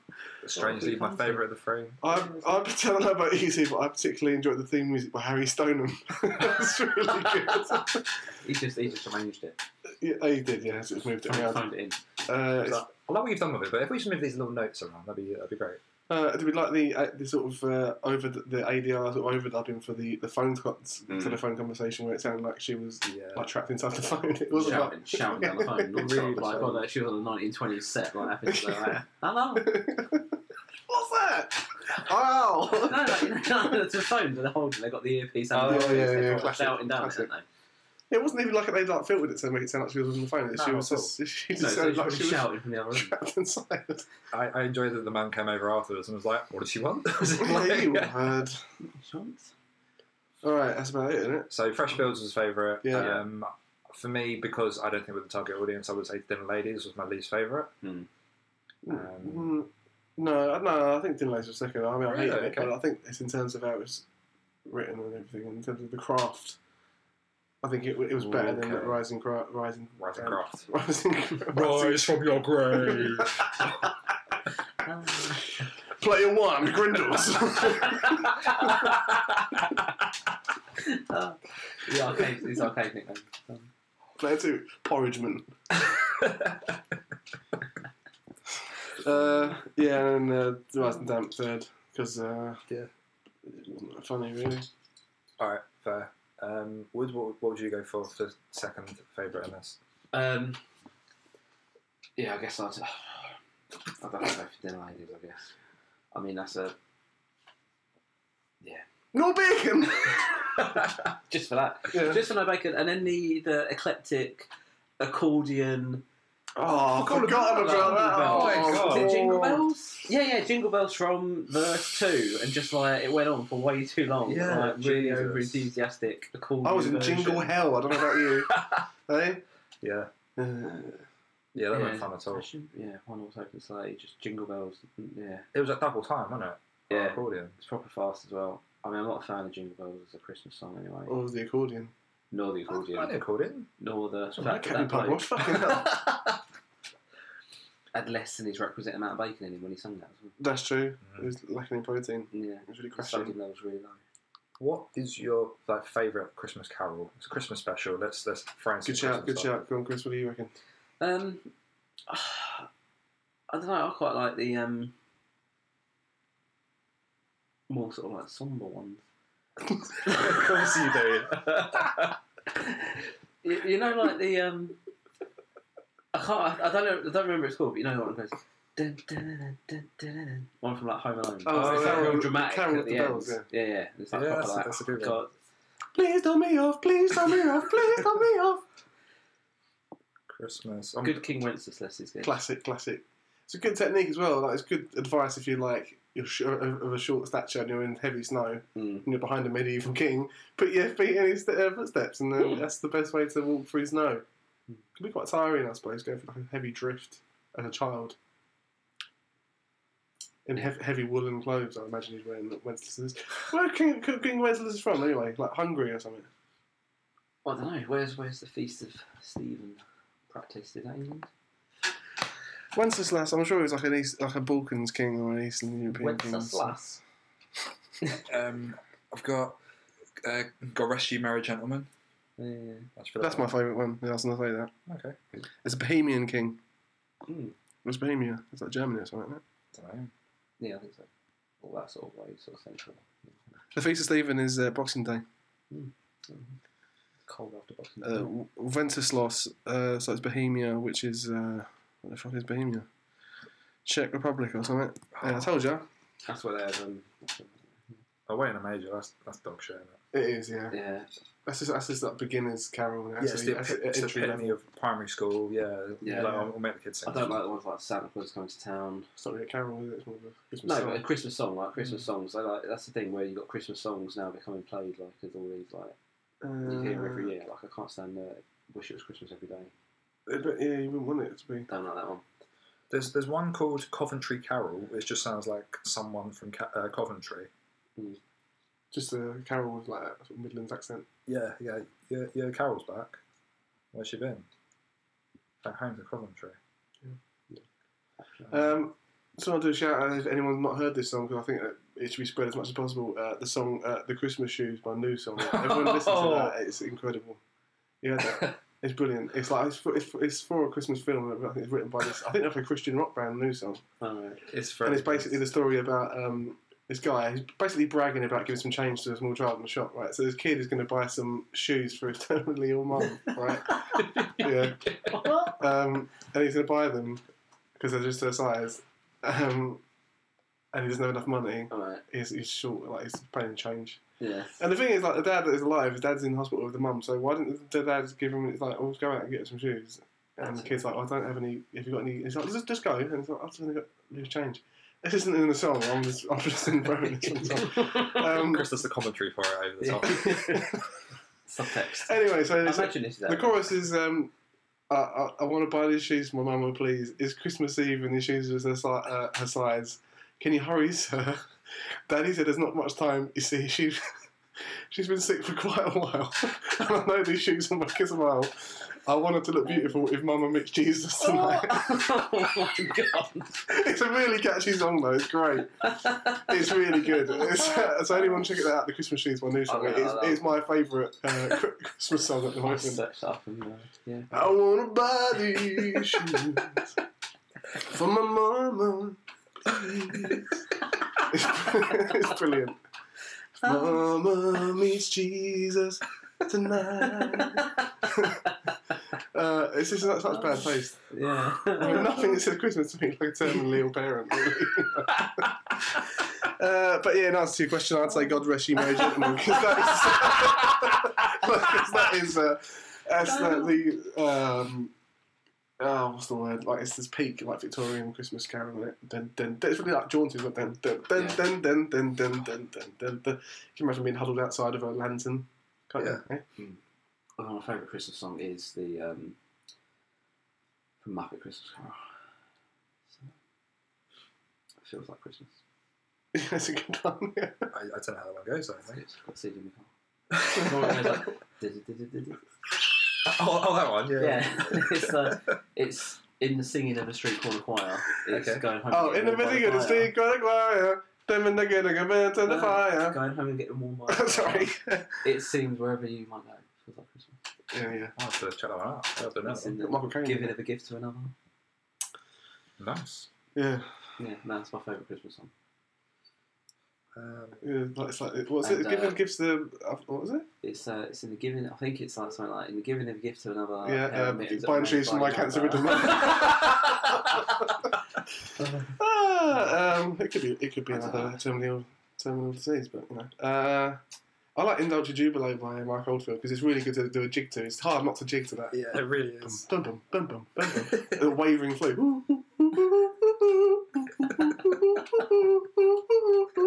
Speaker 1: strangely, my favourite of the three.
Speaker 2: I, I don't know about you two, but I particularly enjoyed the theme music by Harry Stoneham. That's really good.
Speaker 3: He just he just arranged it.
Speaker 2: yeah, oh, you did, yeah, so it's moved it
Speaker 3: Found,
Speaker 2: around.
Speaker 3: found it in.
Speaker 2: Uh,
Speaker 1: I
Speaker 2: it's-
Speaker 1: love what you've done with it, but if we just move these little notes around, that'd be, that'd be great.
Speaker 2: uh, it'd be like the uh, the sort of uh, over the, the ADR sort of overdubbing for the the phone co-
Speaker 3: Mm.
Speaker 2: telephone conversation where it sounded like she was
Speaker 1: Yeah.
Speaker 2: like trapped inside the phone. It wasn't
Speaker 3: shouting, shouting down the phone. Not really
Speaker 1: Shouting
Speaker 3: like,
Speaker 1: down the
Speaker 3: oh, no, she was on a 1920s set. Like, happened to like, hello.
Speaker 2: like what's that? Oh,
Speaker 3: No, no, you know, no, it's a phone that they're holding. They've got the earpiece and
Speaker 2: Oh,
Speaker 3: the
Speaker 2: yeah,
Speaker 3: earpiece.
Speaker 2: yeah,
Speaker 3: They're
Speaker 2: yeah,
Speaker 3: all
Speaker 2: classic,
Speaker 3: shouting down,
Speaker 2: classic.
Speaker 3: aren't they?
Speaker 2: it wasn't even like they like filtered it to make it sound like she was on the phone.
Speaker 1: No,
Speaker 2: she was
Speaker 1: not at
Speaker 2: just she just
Speaker 3: No, so
Speaker 2: sounded
Speaker 3: she
Speaker 2: like
Speaker 3: was
Speaker 2: she was
Speaker 3: shouting from the other room.
Speaker 2: trapped inside.
Speaker 1: I, I enjoyed that the man came over afterwards and was like, what does she want? I was
Speaker 2: Yeah, you
Speaker 1: like-
Speaker 2: heard.
Speaker 3: Shouts?
Speaker 2: All right, that's about it, isn't it?
Speaker 1: so Fresh Fields was favourite.
Speaker 2: Yeah.
Speaker 1: Um, for me, because I don't think we're the target audience, I would say Dinner Ladies was my least favourite. Um,
Speaker 2: Mm, no, no, I think Din Lays was second. I mean, I hate
Speaker 1: Really?
Speaker 2: it, but I think it's in terms of how it's written and everything, in terms of the craft. I think it, it was better than
Speaker 1: Okay.
Speaker 2: Rising Cra- Rising
Speaker 1: Rising
Speaker 2: um,
Speaker 1: Craft.
Speaker 2: Rising Rising-
Speaker 1: from your grave.
Speaker 3: Um,
Speaker 2: Player one, Grindles.
Speaker 3: uh, the arcade, these arcade nicknames. Um,
Speaker 2: Player two, Porridgeman. Uh, yeah, and uh, Rising Damp third because uh,
Speaker 1: Yeah.
Speaker 2: it wasn't that funny really.
Speaker 1: All right, fair. Um, Wood, what, what would you go for for second favourite in this?
Speaker 3: Um, yeah, I guess I'd. I don't know if dinner ladies. I guess. I mean, that's a
Speaker 2: No bacon.
Speaker 3: just for that.
Speaker 2: yeah.
Speaker 3: Just for no bacon, and then the the eclectic accordion
Speaker 2: Oh, I
Speaker 1: Fuck all
Speaker 2: forgot
Speaker 1: about Jingle Bells.
Speaker 2: about that. Oh,
Speaker 1: Oh my
Speaker 3: Is it Jingle
Speaker 2: God.
Speaker 3: Bells? Yeah, yeah, Jingle Bells from verse two, and just like it went on for way too long.
Speaker 1: Yeah,
Speaker 3: like, really
Speaker 1: Jesus.
Speaker 3: over enthusiastic. Cool
Speaker 2: I was
Speaker 3: new
Speaker 2: in
Speaker 3: version.
Speaker 2: jingle hell. I don't know about you. hey?
Speaker 1: Yeah,
Speaker 2: Uh,
Speaker 1: yeah, that
Speaker 3: yeah,
Speaker 1: wasn't fun at all.
Speaker 3: Oh, Yeah, one horse open sleigh, just Jingle Bells. Yeah,
Speaker 1: It was at double time, wasn't it?
Speaker 3: Yeah.
Speaker 1: On accordion.
Speaker 3: it's proper fast as well. I mean, I'm not a fan of Jingle Bells as a Christmas song anyway,
Speaker 2: or the accordion.
Speaker 3: nor the
Speaker 1: I
Speaker 3: accordion,
Speaker 1: knew accordion.
Speaker 3: nor the
Speaker 2: Sorry, that Kevin Parker,
Speaker 3: bloke
Speaker 2: what fucking hell?
Speaker 3: had less than his requisite amount of bacon in him when he sung that. as well.
Speaker 2: That's true. It
Speaker 1: Mm.
Speaker 2: was lacking in protein.
Speaker 3: Yeah,
Speaker 2: It was really
Speaker 3: the
Speaker 2: crashing.
Speaker 3: sodium levels really low.
Speaker 1: What is your like favourite Christmas carol? It's a Christmas special. Let's let's throw in some
Speaker 2: Good shout,
Speaker 1: Christmas
Speaker 2: good
Speaker 1: on.
Speaker 2: shout. Go on, Chris, what do you reckon?
Speaker 3: Um, I don't know. I quite like the um, more sort of like somber ones.
Speaker 1: of course you do.
Speaker 3: You, you know, like the um, I can't. I, I don't know. I don't remember it's called, but you know what it goes. Dun, dun, dun, dun, dun, dun, dun, dun. One from like Home Alone.
Speaker 1: Oh,
Speaker 3: it's
Speaker 1: yeah,
Speaker 3: like
Speaker 2: yeah,
Speaker 3: real
Speaker 2: the
Speaker 3: dramatic
Speaker 2: Carol
Speaker 3: at
Speaker 2: with
Speaker 3: the,
Speaker 2: the
Speaker 3: end.
Speaker 2: bells, yeah.
Speaker 3: yeah, yeah. It's like
Speaker 1: Yeah,
Speaker 3: proper,
Speaker 1: that's-
Speaker 3: like,
Speaker 1: that's a good one.
Speaker 3: God.
Speaker 2: Please don't me off, please don't me off, please don't me off.
Speaker 1: Christmas. I'm,
Speaker 3: Good King Wenceslas is good.
Speaker 2: Classic, classic. It's a good technique as well. Like, it's good advice if you're like you're sh- of of a short stature and you're in heavy snow and
Speaker 3: Mm.
Speaker 2: you're behind a medieval king. Put your feet in his uh, footsteps, and then
Speaker 3: Hmm.
Speaker 2: that's the best way to walk through snow.
Speaker 3: Hmm.
Speaker 2: Can be quite tiring, I suppose, going for like a heavy drift as a child. In hev- heavy woolen clothes, I imagine he's wearing Wenceslas. Where King, King Wenceslas is from, anyway? Like Hungary or something?
Speaker 3: I don't know. Where's Where's the Feast of Stephen eh? practiced in England?
Speaker 2: Wenceslas, I'm sure he was like an East, like a Balkans king or an Eastern European king.
Speaker 3: Wenceslas.
Speaker 1: um, I've got uh, Goresh, You Merry Gentleman.
Speaker 3: Yeah, yeah.
Speaker 1: That's, for that
Speaker 2: That's my
Speaker 1: one.
Speaker 2: favourite one. Yeah, I was going to say that.
Speaker 1: Okay.
Speaker 2: It's a Bohemian king. Hmm.
Speaker 3: Mm.
Speaker 2: It's Bohemia. It's like Germany or something. Isn't it?
Speaker 1: Don't know.
Speaker 3: Yeah, I think so. All that sort of way, sort of central.
Speaker 2: The Feast of Stephen is uh, Boxing Day.
Speaker 3: Mm-hmm. Cold after Boxing
Speaker 2: Uh,
Speaker 3: Day.
Speaker 2: W- Wenceslaus, uh, so it's Bohemia, which is uh, what the fuck is Bohemia? Czech Republic or something. Yeah, I told you.
Speaker 3: That's where they have um.
Speaker 1: Oh, wait in a major. That's that's dog shit. Isn't it?
Speaker 2: It is. Yeah.
Speaker 3: Yeah,
Speaker 2: That's just that's just that beginner's carol.
Speaker 1: Yeah, it's the, it's the epitome of primary school. Yeah,
Speaker 3: Yeah.
Speaker 1: Like, I'll, I'll make the kids
Speaker 3: I
Speaker 1: sing.
Speaker 3: don't like the ones like Santa Claus coming to town.
Speaker 2: It's not really a carol, is it? It's more of a Christmas
Speaker 3: No,
Speaker 2: song.
Speaker 3: but a Christmas song, Mm. like Christmas songs. I like that's the thing where you've got Christmas songs now becoming played like as all these like you hear every year. Like I can't stand uh, wish it was Christmas every day.
Speaker 2: Uh, But yeah, you wouldn't want it to be.
Speaker 3: Don't like that one.
Speaker 1: There's there's one called Coventry Carol. It just sounds like someone from Ca- uh, Coventry.
Speaker 2: Just a carol with like a sort of Midlands accent.
Speaker 1: Yeah, yeah, yeah, yeah. Carol's back. Where's she been? Back home to Coventry.
Speaker 2: Um, just want to do a shout out if anyone's not heard this song because I think that it should be spread as much as possible. Uh, the song uh, "The Christmas Shoes" by New Song. Everyone listen to that; it's incredible. You heard that? It's brilliant. It's like it's for, it's, for- it's for a Christmas film. but I think it's written by this. I think they're a Christian rock band, New Song,
Speaker 3: Alright.
Speaker 1: It's very
Speaker 2: and it's basically the story about um, this guy. He's basically bragging about giving some change to a small child in the shop, right? So this kid is going to buy some shoes for his terminally ill mum, right? yeah. Um, and he's going to buy them because they're just her size. Um, and he doesn't have enough money.
Speaker 3: Alright.
Speaker 2: He's, he's short, like he's paying change.
Speaker 3: Yeah.
Speaker 2: And the thing is, like the dad that is alive, his dad's in the hospital with the mum. So why didn't the dad give him? It's like, oh, let's go out and get some shoes. And the kid's like, "Oh, I don't have any. Have you got any? He's like, just, just go. And it's like, I've just only got loose change. This isn't in the song. I'm just, I'm just in this from the song. Um,
Speaker 1: Chris does the commentary for it over the
Speaker 3: Yeah.
Speaker 1: top.
Speaker 3: Subtext.
Speaker 2: anyway, so
Speaker 3: I
Speaker 2: it's-
Speaker 3: imagine this is
Speaker 2: The
Speaker 3: that.
Speaker 2: chorus is, um, I, I, I want to buy these shoes for my mama, please. It's Christmas Eve and these shoes are her, si- uh, her size. Can you hurry, sir? Daddy said there's not much time. You see, she's, she's been sick for quite a while. and I know these shoes will make her smile. I want her to look beautiful if Mama meets Jesus tonight.
Speaker 3: Oh, my
Speaker 2: it's a really catchy song, though. It's great.
Speaker 3: god.
Speaker 2: It's really good. It's, uh, so anyone check it out, The Christmas Shoes, my new song.
Speaker 3: Oh, yeah, I
Speaker 2: it's,
Speaker 3: love
Speaker 2: it's my favourite uh, Cri- Christmas song at the
Speaker 3: I
Speaker 2: moment.
Speaker 3: searched up and uh, yeah.
Speaker 2: I wanna buy these shoes for my mama. please. it's brilliant. Mama meets Jesus tonight. uh, it's just such bad taste.
Speaker 3: Yeah.
Speaker 2: I mean, nothing that says Christmas to me like a terminally ill parent. uh, but yeah, in answer to your question, I'd say God rest you, merry gentlemen, because that is, 'cause that is uh, that's the, the um, oh, what's the word? Like it's this peak like Victorian Christmas carol, isn't it? Then then it's really like jaunty, but then then then
Speaker 4: Yeah.
Speaker 2: then then then then then then then. Can you imagine being huddled outside of a lantern? Can't you? Eh?
Speaker 3: Oh, my favourite Christmas song is the um, from Muppet Christmas Carol. So, it feels like Christmas.
Speaker 2: That's a good one. Yeah.
Speaker 1: I, I don't know how that one goes. I don't think.
Speaker 3: It's got CD in the car.
Speaker 1: oh, oh, that one. Yeah.
Speaker 3: yeah, it's uh, it's in the singing of a street corner choir. It's
Speaker 1: Okay.
Speaker 3: going home.
Speaker 2: Oh,
Speaker 3: and
Speaker 2: in the middle of
Speaker 3: getting warmed by
Speaker 2: the
Speaker 3: fire.
Speaker 2: street, got a choir. Them in the good, a bit and the
Speaker 3: No,
Speaker 2: fire.
Speaker 3: Going home and getting warm. by fire.
Speaker 2: Sorry.
Speaker 3: It sings wherever you might go. Feels like Christmas.
Speaker 2: Yeah, yeah.
Speaker 1: I'll have to check that one out. I don't know.
Speaker 3: It's in the
Speaker 2: Michael Caine.
Speaker 3: giving of a gift to another.
Speaker 1: Nice.
Speaker 2: Yeah.
Speaker 3: Yeah, no, that's my favourite Christmas song.
Speaker 1: Um,
Speaker 2: Yeah, like, it's like, what's it?
Speaker 3: And, uh,
Speaker 2: Given gives the. uh, What was it?
Speaker 3: It's uh, it's in the giving. I think it's like something like in the giving of a gift to another. um,
Speaker 2: Yeah,
Speaker 3: hair
Speaker 2: uh,
Speaker 3: and mittens
Speaker 2: buying
Speaker 3: are made
Speaker 2: shoes for
Speaker 3: by
Speaker 2: my
Speaker 3: another.
Speaker 2: cancer ridden Ah, um, it could be. It could be
Speaker 3: I don't
Speaker 2: another
Speaker 3: know.
Speaker 2: terminal terminal disease, but you know. Uh, I like Indulge a Jubilo by Mike Oldfield because it's really good to do a jig to. It's hard not to jig to that.
Speaker 1: yeah, it really is.
Speaker 2: Bum bum bum bum bum bum. the wavering flute. he,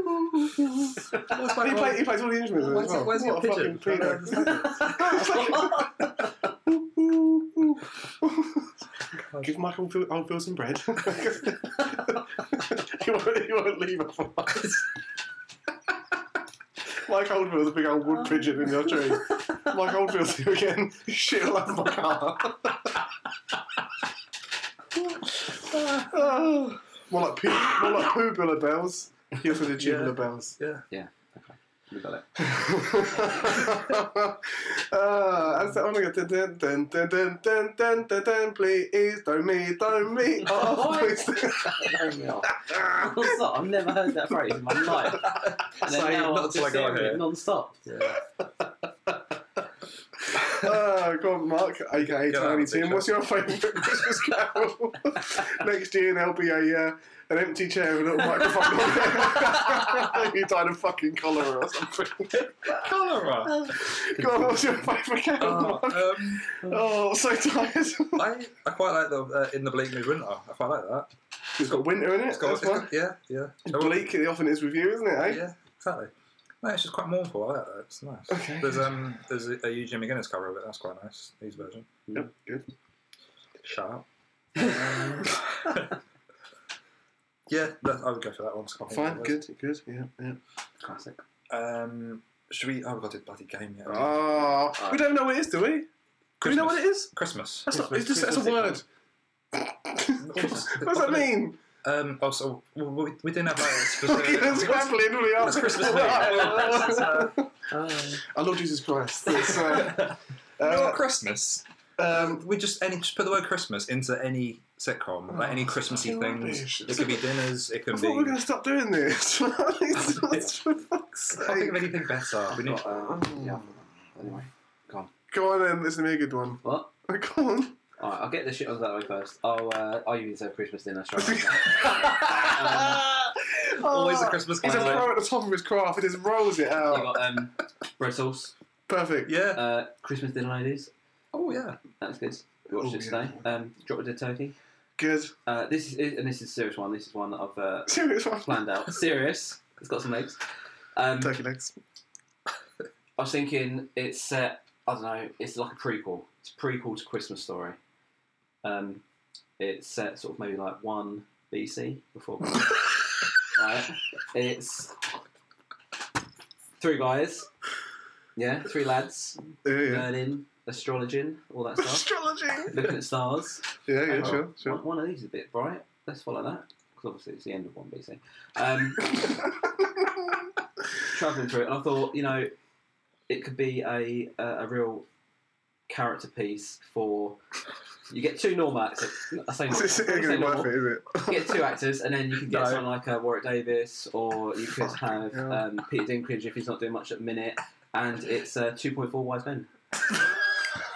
Speaker 1: That's
Speaker 2: play, he plays all the instruments
Speaker 1: Where's,
Speaker 2: as well.
Speaker 1: where's your
Speaker 2: what a fucking
Speaker 1: pigeon? I don't
Speaker 2: pedo.
Speaker 1: understand.
Speaker 2: It's like- Give Michael Oldfield, Oldfield some bread. he, won't, he won't leave it for us. Mike Oldfield's a big old wood pigeon in your tree. Mike Oldfield's here again. Shit all over my car. more like poo, more like poo billa bells. He also did
Speaker 1: Yeah.
Speaker 2: jubilar bells.
Speaker 3: We got it.
Speaker 2: uh, I said, oh my god, dun, dun, dun, dun, dun, dun, dun, dun, dun, please don't me, don't me off,
Speaker 3: Oi.
Speaker 2: please.
Speaker 3: Throwing me off. Also, I've never heard that phrase in my life. And then
Speaker 1: Say,
Speaker 3: now
Speaker 1: not
Speaker 3: I'm
Speaker 1: till I got
Speaker 3: just hearing
Speaker 1: here.
Speaker 3: it non-stop.
Speaker 1: Yeah.
Speaker 2: uh, go on, Mark, aka
Speaker 1: Go on,
Speaker 2: Tiny
Speaker 1: teacher.
Speaker 2: Tim, what's your favourite Christmas carol? Next year there'll be a, uh, an empty chair with a little microphone on it. you died of fucking cholera or something.
Speaker 1: Cholera.
Speaker 2: Oh. go on, what's your favourite carol,
Speaker 1: Oh,
Speaker 2: Mark? Oh,
Speaker 1: um,
Speaker 2: I'm so tired.
Speaker 1: I, I quite like the uh, in the bleak mid winter. I quite like that.
Speaker 2: it's got winter in it,
Speaker 1: It's got,
Speaker 2: that's
Speaker 1: it's
Speaker 2: why.
Speaker 1: got yeah, yeah.
Speaker 2: It's bleak, it often is with you, isn't it, eh?
Speaker 1: Yeah, exactly. No, it's just quite mournful. I like that. It's nice.
Speaker 2: Okay.
Speaker 1: There's um, there's a, a Eugene McGinnis cover of it. That's quite nice. His version.
Speaker 2: Yep, good.
Speaker 1: Shut up. Um, yeah, that, I would go for that one. 'cause I can't think
Speaker 2: Fine,
Speaker 1: of the
Speaker 2: good, good, yeah, yeah.
Speaker 3: Classic.
Speaker 1: words. Um, should we? Oh, we've got the bloody game yet. Ah,
Speaker 2: Oh, we don't know what it is, do we? Do we know what it is?
Speaker 1: Christmas.
Speaker 2: That's not, it's just that's a word.
Speaker 3: Christmas
Speaker 2: what does that mean?
Speaker 1: Um, also, well, we, we didn't have like a
Speaker 2: Look
Speaker 1: specific.
Speaker 2: at us grappling really hard.
Speaker 1: That's Christmas, mate. That's, uh,
Speaker 3: Um,
Speaker 2: Our Lord Jesus Christ. It's, uh, uh,
Speaker 1: not Christmas.
Speaker 2: um,
Speaker 1: We just any just put the word Christmas into any sitcom, like any Christmassy
Speaker 2: Oh,
Speaker 1: things.
Speaker 2: rubbish.
Speaker 1: It could be dinners. It
Speaker 2: I
Speaker 1: could
Speaker 2: thought
Speaker 1: be.
Speaker 2: we were going to stop doing this. For fuck's
Speaker 1: I can't think of
Speaker 2: sake.
Speaker 1: anything better. We need Oh.
Speaker 3: got, um, yeah. Anyway, go on.
Speaker 2: Go on then, listen to me a good one.
Speaker 3: What?
Speaker 2: Go on.
Speaker 3: All right, I'll get the shit on that way first. I'll uh, I'll use a Christmas dinner straight away.
Speaker 1: always a
Speaker 2: Oh,
Speaker 1: Christmas eh?
Speaker 2: He's a
Speaker 1: classic.
Speaker 2: pro at the top of his craft. He just rolls it
Speaker 3: You
Speaker 2: out.
Speaker 3: got um, bread sauce,
Speaker 2: Perfect.
Speaker 1: Yeah.
Speaker 3: uh, Christmas dinner ladies.
Speaker 1: Oh yeah.
Speaker 3: That's good. We watched
Speaker 2: Oh,
Speaker 3: it today. Um, drop a dead turkey.
Speaker 2: Good.
Speaker 3: Uh, this is and this is a serious one. This is one that I've uh,
Speaker 2: Serious one.
Speaker 3: planned out. Serious. It's got some legs. Um,
Speaker 2: Turkey legs.
Speaker 3: I was thinking it's set. I don't know. It's like a prequel. It's a prequel to Christmas Story. Um, it's set sort of maybe like one BC before. Christmas. right. It's three guys. Yeah, three lads
Speaker 2: Yeah, yeah.
Speaker 3: learning astrology, all that stuff.
Speaker 2: Astrology.
Speaker 3: Looking at stars.
Speaker 2: Yeah, yeah,
Speaker 3: Hang on.
Speaker 2: sure, sure.
Speaker 3: One, one of these is a bit bright. Let's follow that because obviously it's the end of one BC. Um, traveling through it, and I thought, you know, it could be a a, a real character piece for. You get two normal actors. I say normal. I
Speaker 2: It's not
Speaker 3: say
Speaker 2: going to be
Speaker 3: normal.
Speaker 2: worth it, is it?
Speaker 3: You get two actors, and then you can get
Speaker 1: No.
Speaker 3: someone like uh, Warwick Davis, or you could
Speaker 2: Fucking
Speaker 3: have
Speaker 2: hell.
Speaker 3: um, Peter Dinklage if he's not doing much at the minute. And it's uh, 2.4 wise men.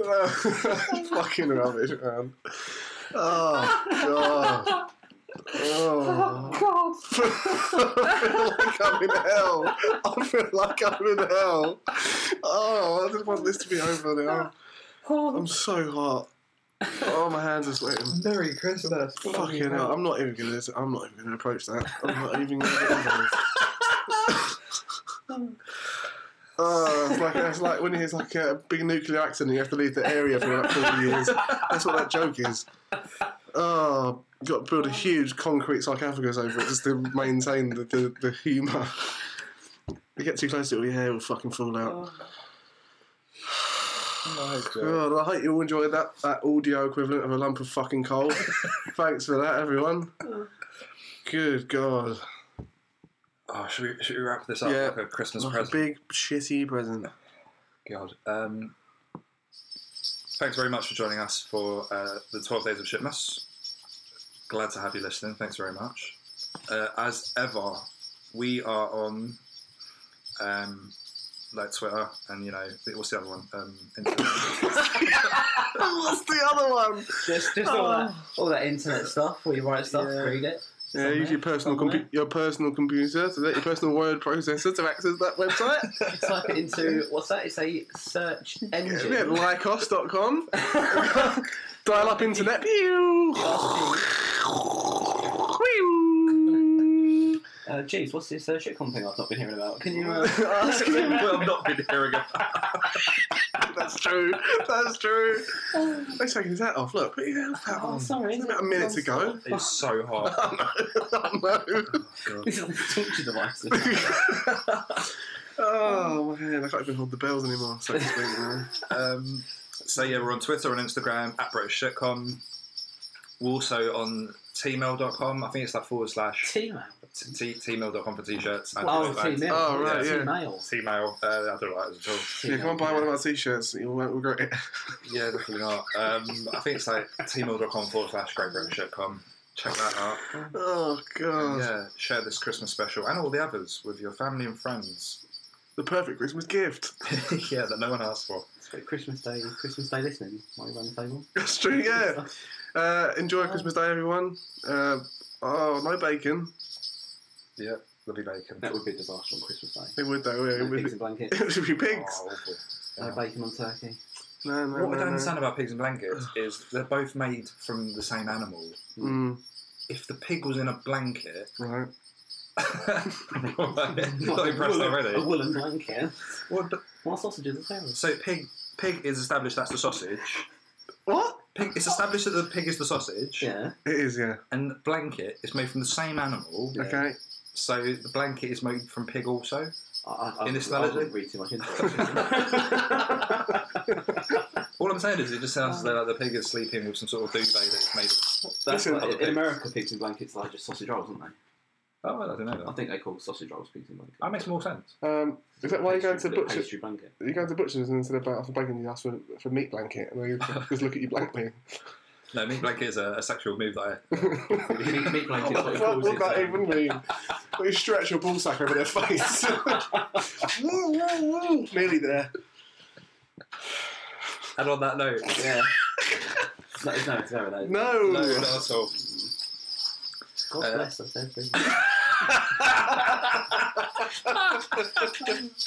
Speaker 2: fucking rubbish, man. Oh god. Oh.
Speaker 3: God.
Speaker 2: I feel like I'm in hell. I feel like I'm in hell. Oh, I just want this to be over now. I'm, I'm so hot. Oh, my hands are sweating.
Speaker 1: Merry Christmas.
Speaker 2: Fucking hell! I'm not even gonna. I'm not even gonna approach that. I'm not even gonna. Get involved. Oh, it's like it's like when it's like a big nuclear accident. You have to leave the area for like forty years. That's what that joke is. Oh, got to build a huge concrete sarcophagus over it just to maintain the, the, the humour. You get too close to it, your hair will fucking fall out. God, I hope you all enjoyed that, that audio equivalent of a lump of fucking coal. Thanks for that, everyone. Good God.
Speaker 1: Oh, should we, should we wrap this up
Speaker 2: Yeah.
Speaker 1: like a Christmas
Speaker 2: Like a
Speaker 1: present?
Speaker 2: big, shitty present.
Speaker 1: God. Um, thanks very much for joining us for uh, the 12 Days of Shipmas. Glad to have you listening. Thanks very much. Uh, as ever, we are on um, like Twitter and, you know, what's the other one? Um, Instagram.
Speaker 2: What's the other one?
Speaker 4: Just, just all that, all that internet stuff where you write stuff,
Speaker 2: Oh. Yeah.
Speaker 4: read it.
Speaker 2: Yeah, use your personal
Speaker 4: Somewhere.
Speaker 2: compu- your personal computer to let your personal word processor to access that website.
Speaker 4: Type it into what's that? It's a search engine.
Speaker 2: yeah, lycos.com. Dial up internet. Pew. Pew.
Speaker 3: Uh, geez, what's this uh, shitcom thing I've not been hearing about? Can you? Uh...
Speaker 2: Ask him.
Speaker 1: well, I've not been hearing it.
Speaker 2: That's true. That's true. They're taking his hat off. Look, put your hat back
Speaker 3: Oh,
Speaker 2: on.
Speaker 3: sorry.
Speaker 2: It's about a minute ago.
Speaker 1: It's so hot.
Speaker 2: I know.
Speaker 1: God.
Speaker 3: These are like torture devices.
Speaker 2: oh man, I can't even hold the bells anymore. So to speak, man.
Speaker 1: Um, so yeah, we're on Twitter and Instagram at British Shitcom. We're also on tmail.com. I think it's that forward slash
Speaker 4: Team out.
Speaker 1: t- t- tmail.com for t-shirts. And
Speaker 4: Oh,
Speaker 1: t-
Speaker 4: team out.
Speaker 2: Oh, right, yeah.
Speaker 4: Mail.
Speaker 1: Tmail. Uh, I don't like it at all.
Speaker 2: Yeah, come on, buy one of our t-shirts. uh, You won't regret it.
Speaker 1: Yeah, definitely not. Um, I think it's like tmail.com forward slash Great British Shitcom. Check that out.
Speaker 2: Oh god.
Speaker 1: Yeah, share this Christmas special and all the others with your family and friends.
Speaker 2: The perfect Christmas gift.
Speaker 1: yeah, that no one asked for.
Speaker 3: Christmas Day, Christmas Day listening. While you're around the table.
Speaker 2: That's true, yeah. Uh, enjoy
Speaker 3: Oh.
Speaker 2: Christmas Day, everyone. Uh, oh, no bacon.
Speaker 1: Yeah, lovely bacon.
Speaker 3: That would be a disaster on Christmas Day.
Speaker 2: It would, though. Yeah,
Speaker 3: No
Speaker 2: it would
Speaker 3: pigs
Speaker 2: be,
Speaker 3: and blankets.
Speaker 2: it would be
Speaker 1: Oh,
Speaker 2: pigs.
Speaker 1: awful.
Speaker 3: No bacon on turkey.
Speaker 2: No,
Speaker 1: What I
Speaker 2: no, no,
Speaker 1: don't
Speaker 2: no.
Speaker 1: understand about pigs and blankets is they're both made from the same animal.
Speaker 2: Mm,
Speaker 1: if the pig was in a blanket,
Speaker 2: right.
Speaker 1: not impressed
Speaker 3: Woolen- A
Speaker 1: already.
Speaker 3: woolen blanket.
Speaker 1: Well, but-
Speaker 3: While sausages are terrible.
Speaker 1: so pig, pig is established. That's the sausage.
Speaker 2: What?
Speaker 1: Pig, it's established that the pig is the sausage,
Speaker 3: Yeah.
Speaker 2: It is, yeah.
Speaker 1: and blanket is made from the same animal.
Speaker 3: Yeah.
Speaker 2: Okay.
Speaker 1: So the blanket is made from pig also.
Speaker 3: I, I, I,
Speaker 1: In this
Speaker 3: I
Speaker 1: analogy?
Speaker 3: wouldn't read too much into it.
Speaker 1: All I'm saying is it just sounds as though like the pig is sleeping with some sort of duvet that's made. Of,
Speaker 3: That's
Speaker 2: Listen,
Speaker 3: like-
Speaker 1: other
Speaker 3: in
Speaker 1: pigs.
Speaker 3: America, pigs and blankets are like just sausage rolls, aren't they?
Speaker 1: oh, well, I don't know.
Speaker 3: I
Speaker 1: That.
Speaker 3: think they call sausage rolls pigs and blankets.
Speaker 1: That makes more sense.
Speaker 2: Um, is that why you go to
Speaker 3: Pastry-
Speaker 2: butcher?
Speaker 3: Pastry blanket.
Speaker 2: You go to butchers and instead of ba- for bacon, you ask for, for meat blanket, and they just look at you blankly.
Speaker 1: No, meat blanket is a, a sexual move that I.
Speaker 3: meat, meat blanket.
Speaker 2: What
Speaker 3: is
Speaker 2: the
Speaker 3: what it
Speaker 2: fuck
Speaker 3: calls
Speaker 2: would that
Speaker 3: it.
Speaker 2: even mean? Well, you stretch your ballsack over their face. woo, woo, woo. Nearly there.
Speaker 1: And on that note,
Speaker 3: Yeah. No, it's no, it's no, no.
Speaker 2: No.
Speaker 1: no, not at all.
Speaker 3: God
Speaker 1: Uh,
Speaker 3: bless us, everyone.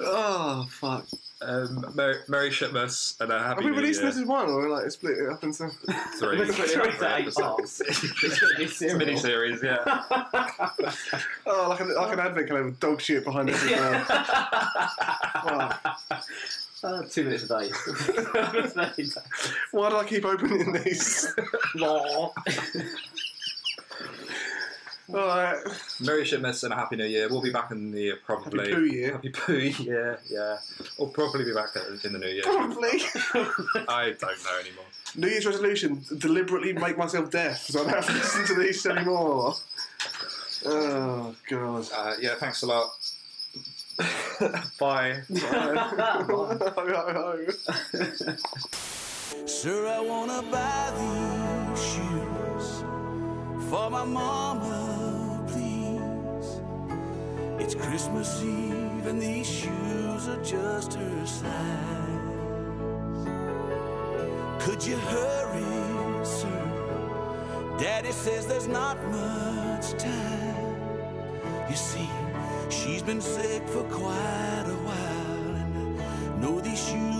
Speaker 2: Oh fuck!
Speaker 1: Um, Merry, Merry Shitmas and a happy.
Speaker 2: Have we
Speaker 1: New
Speaker 2: released
Speaker 1: Year.
Speaker 2: this as one, or like split it up into?
Speaker 1: three?
Speaker 2: Let's put it
Speaker 1: three
Speaker 2: up
Speaker 3: to eight
Speaker 1: episodes.
Speaker 3: parts. It's gonna be
Speaker 1: It's a mini
Speaker 3: cereal.
Speaker 1: series, yeah.
Speaker 2: Oh, like an like an advent calendar with dog shit behind Oh, it. as well. Fuck.
Speaker 3: Uh, two minutes a day.
Speaker 2: Why do I keep opening these? All right.
Speaker 1: Merry Shitmas and a Happy New Year. We'll be back in the year probably.
Speaker 2: Happy Poo Year.
Speaker 1: Happy Poo Year, yeah. We'll probably be back in the new year.
Speaker 2: Probably.
Speaker 1: I don't know anymore.
Speaker 2: New Year's resolution: deliberately make myself deaf, so I don't have to listen to these anymore. Oh god.
Speaker 1: Uh, yeah, thanks a lot. Bye.
Speaker 2: Ho, ho, ho.
Speaker 5: Sir, I wanna buy these shoes for my mama, please. It's Christmas Eve and these shoes are just her size. Could you hurry, sir? Daddy says there's not much time. You see, she's been sick for quite a while, and I know these shoes.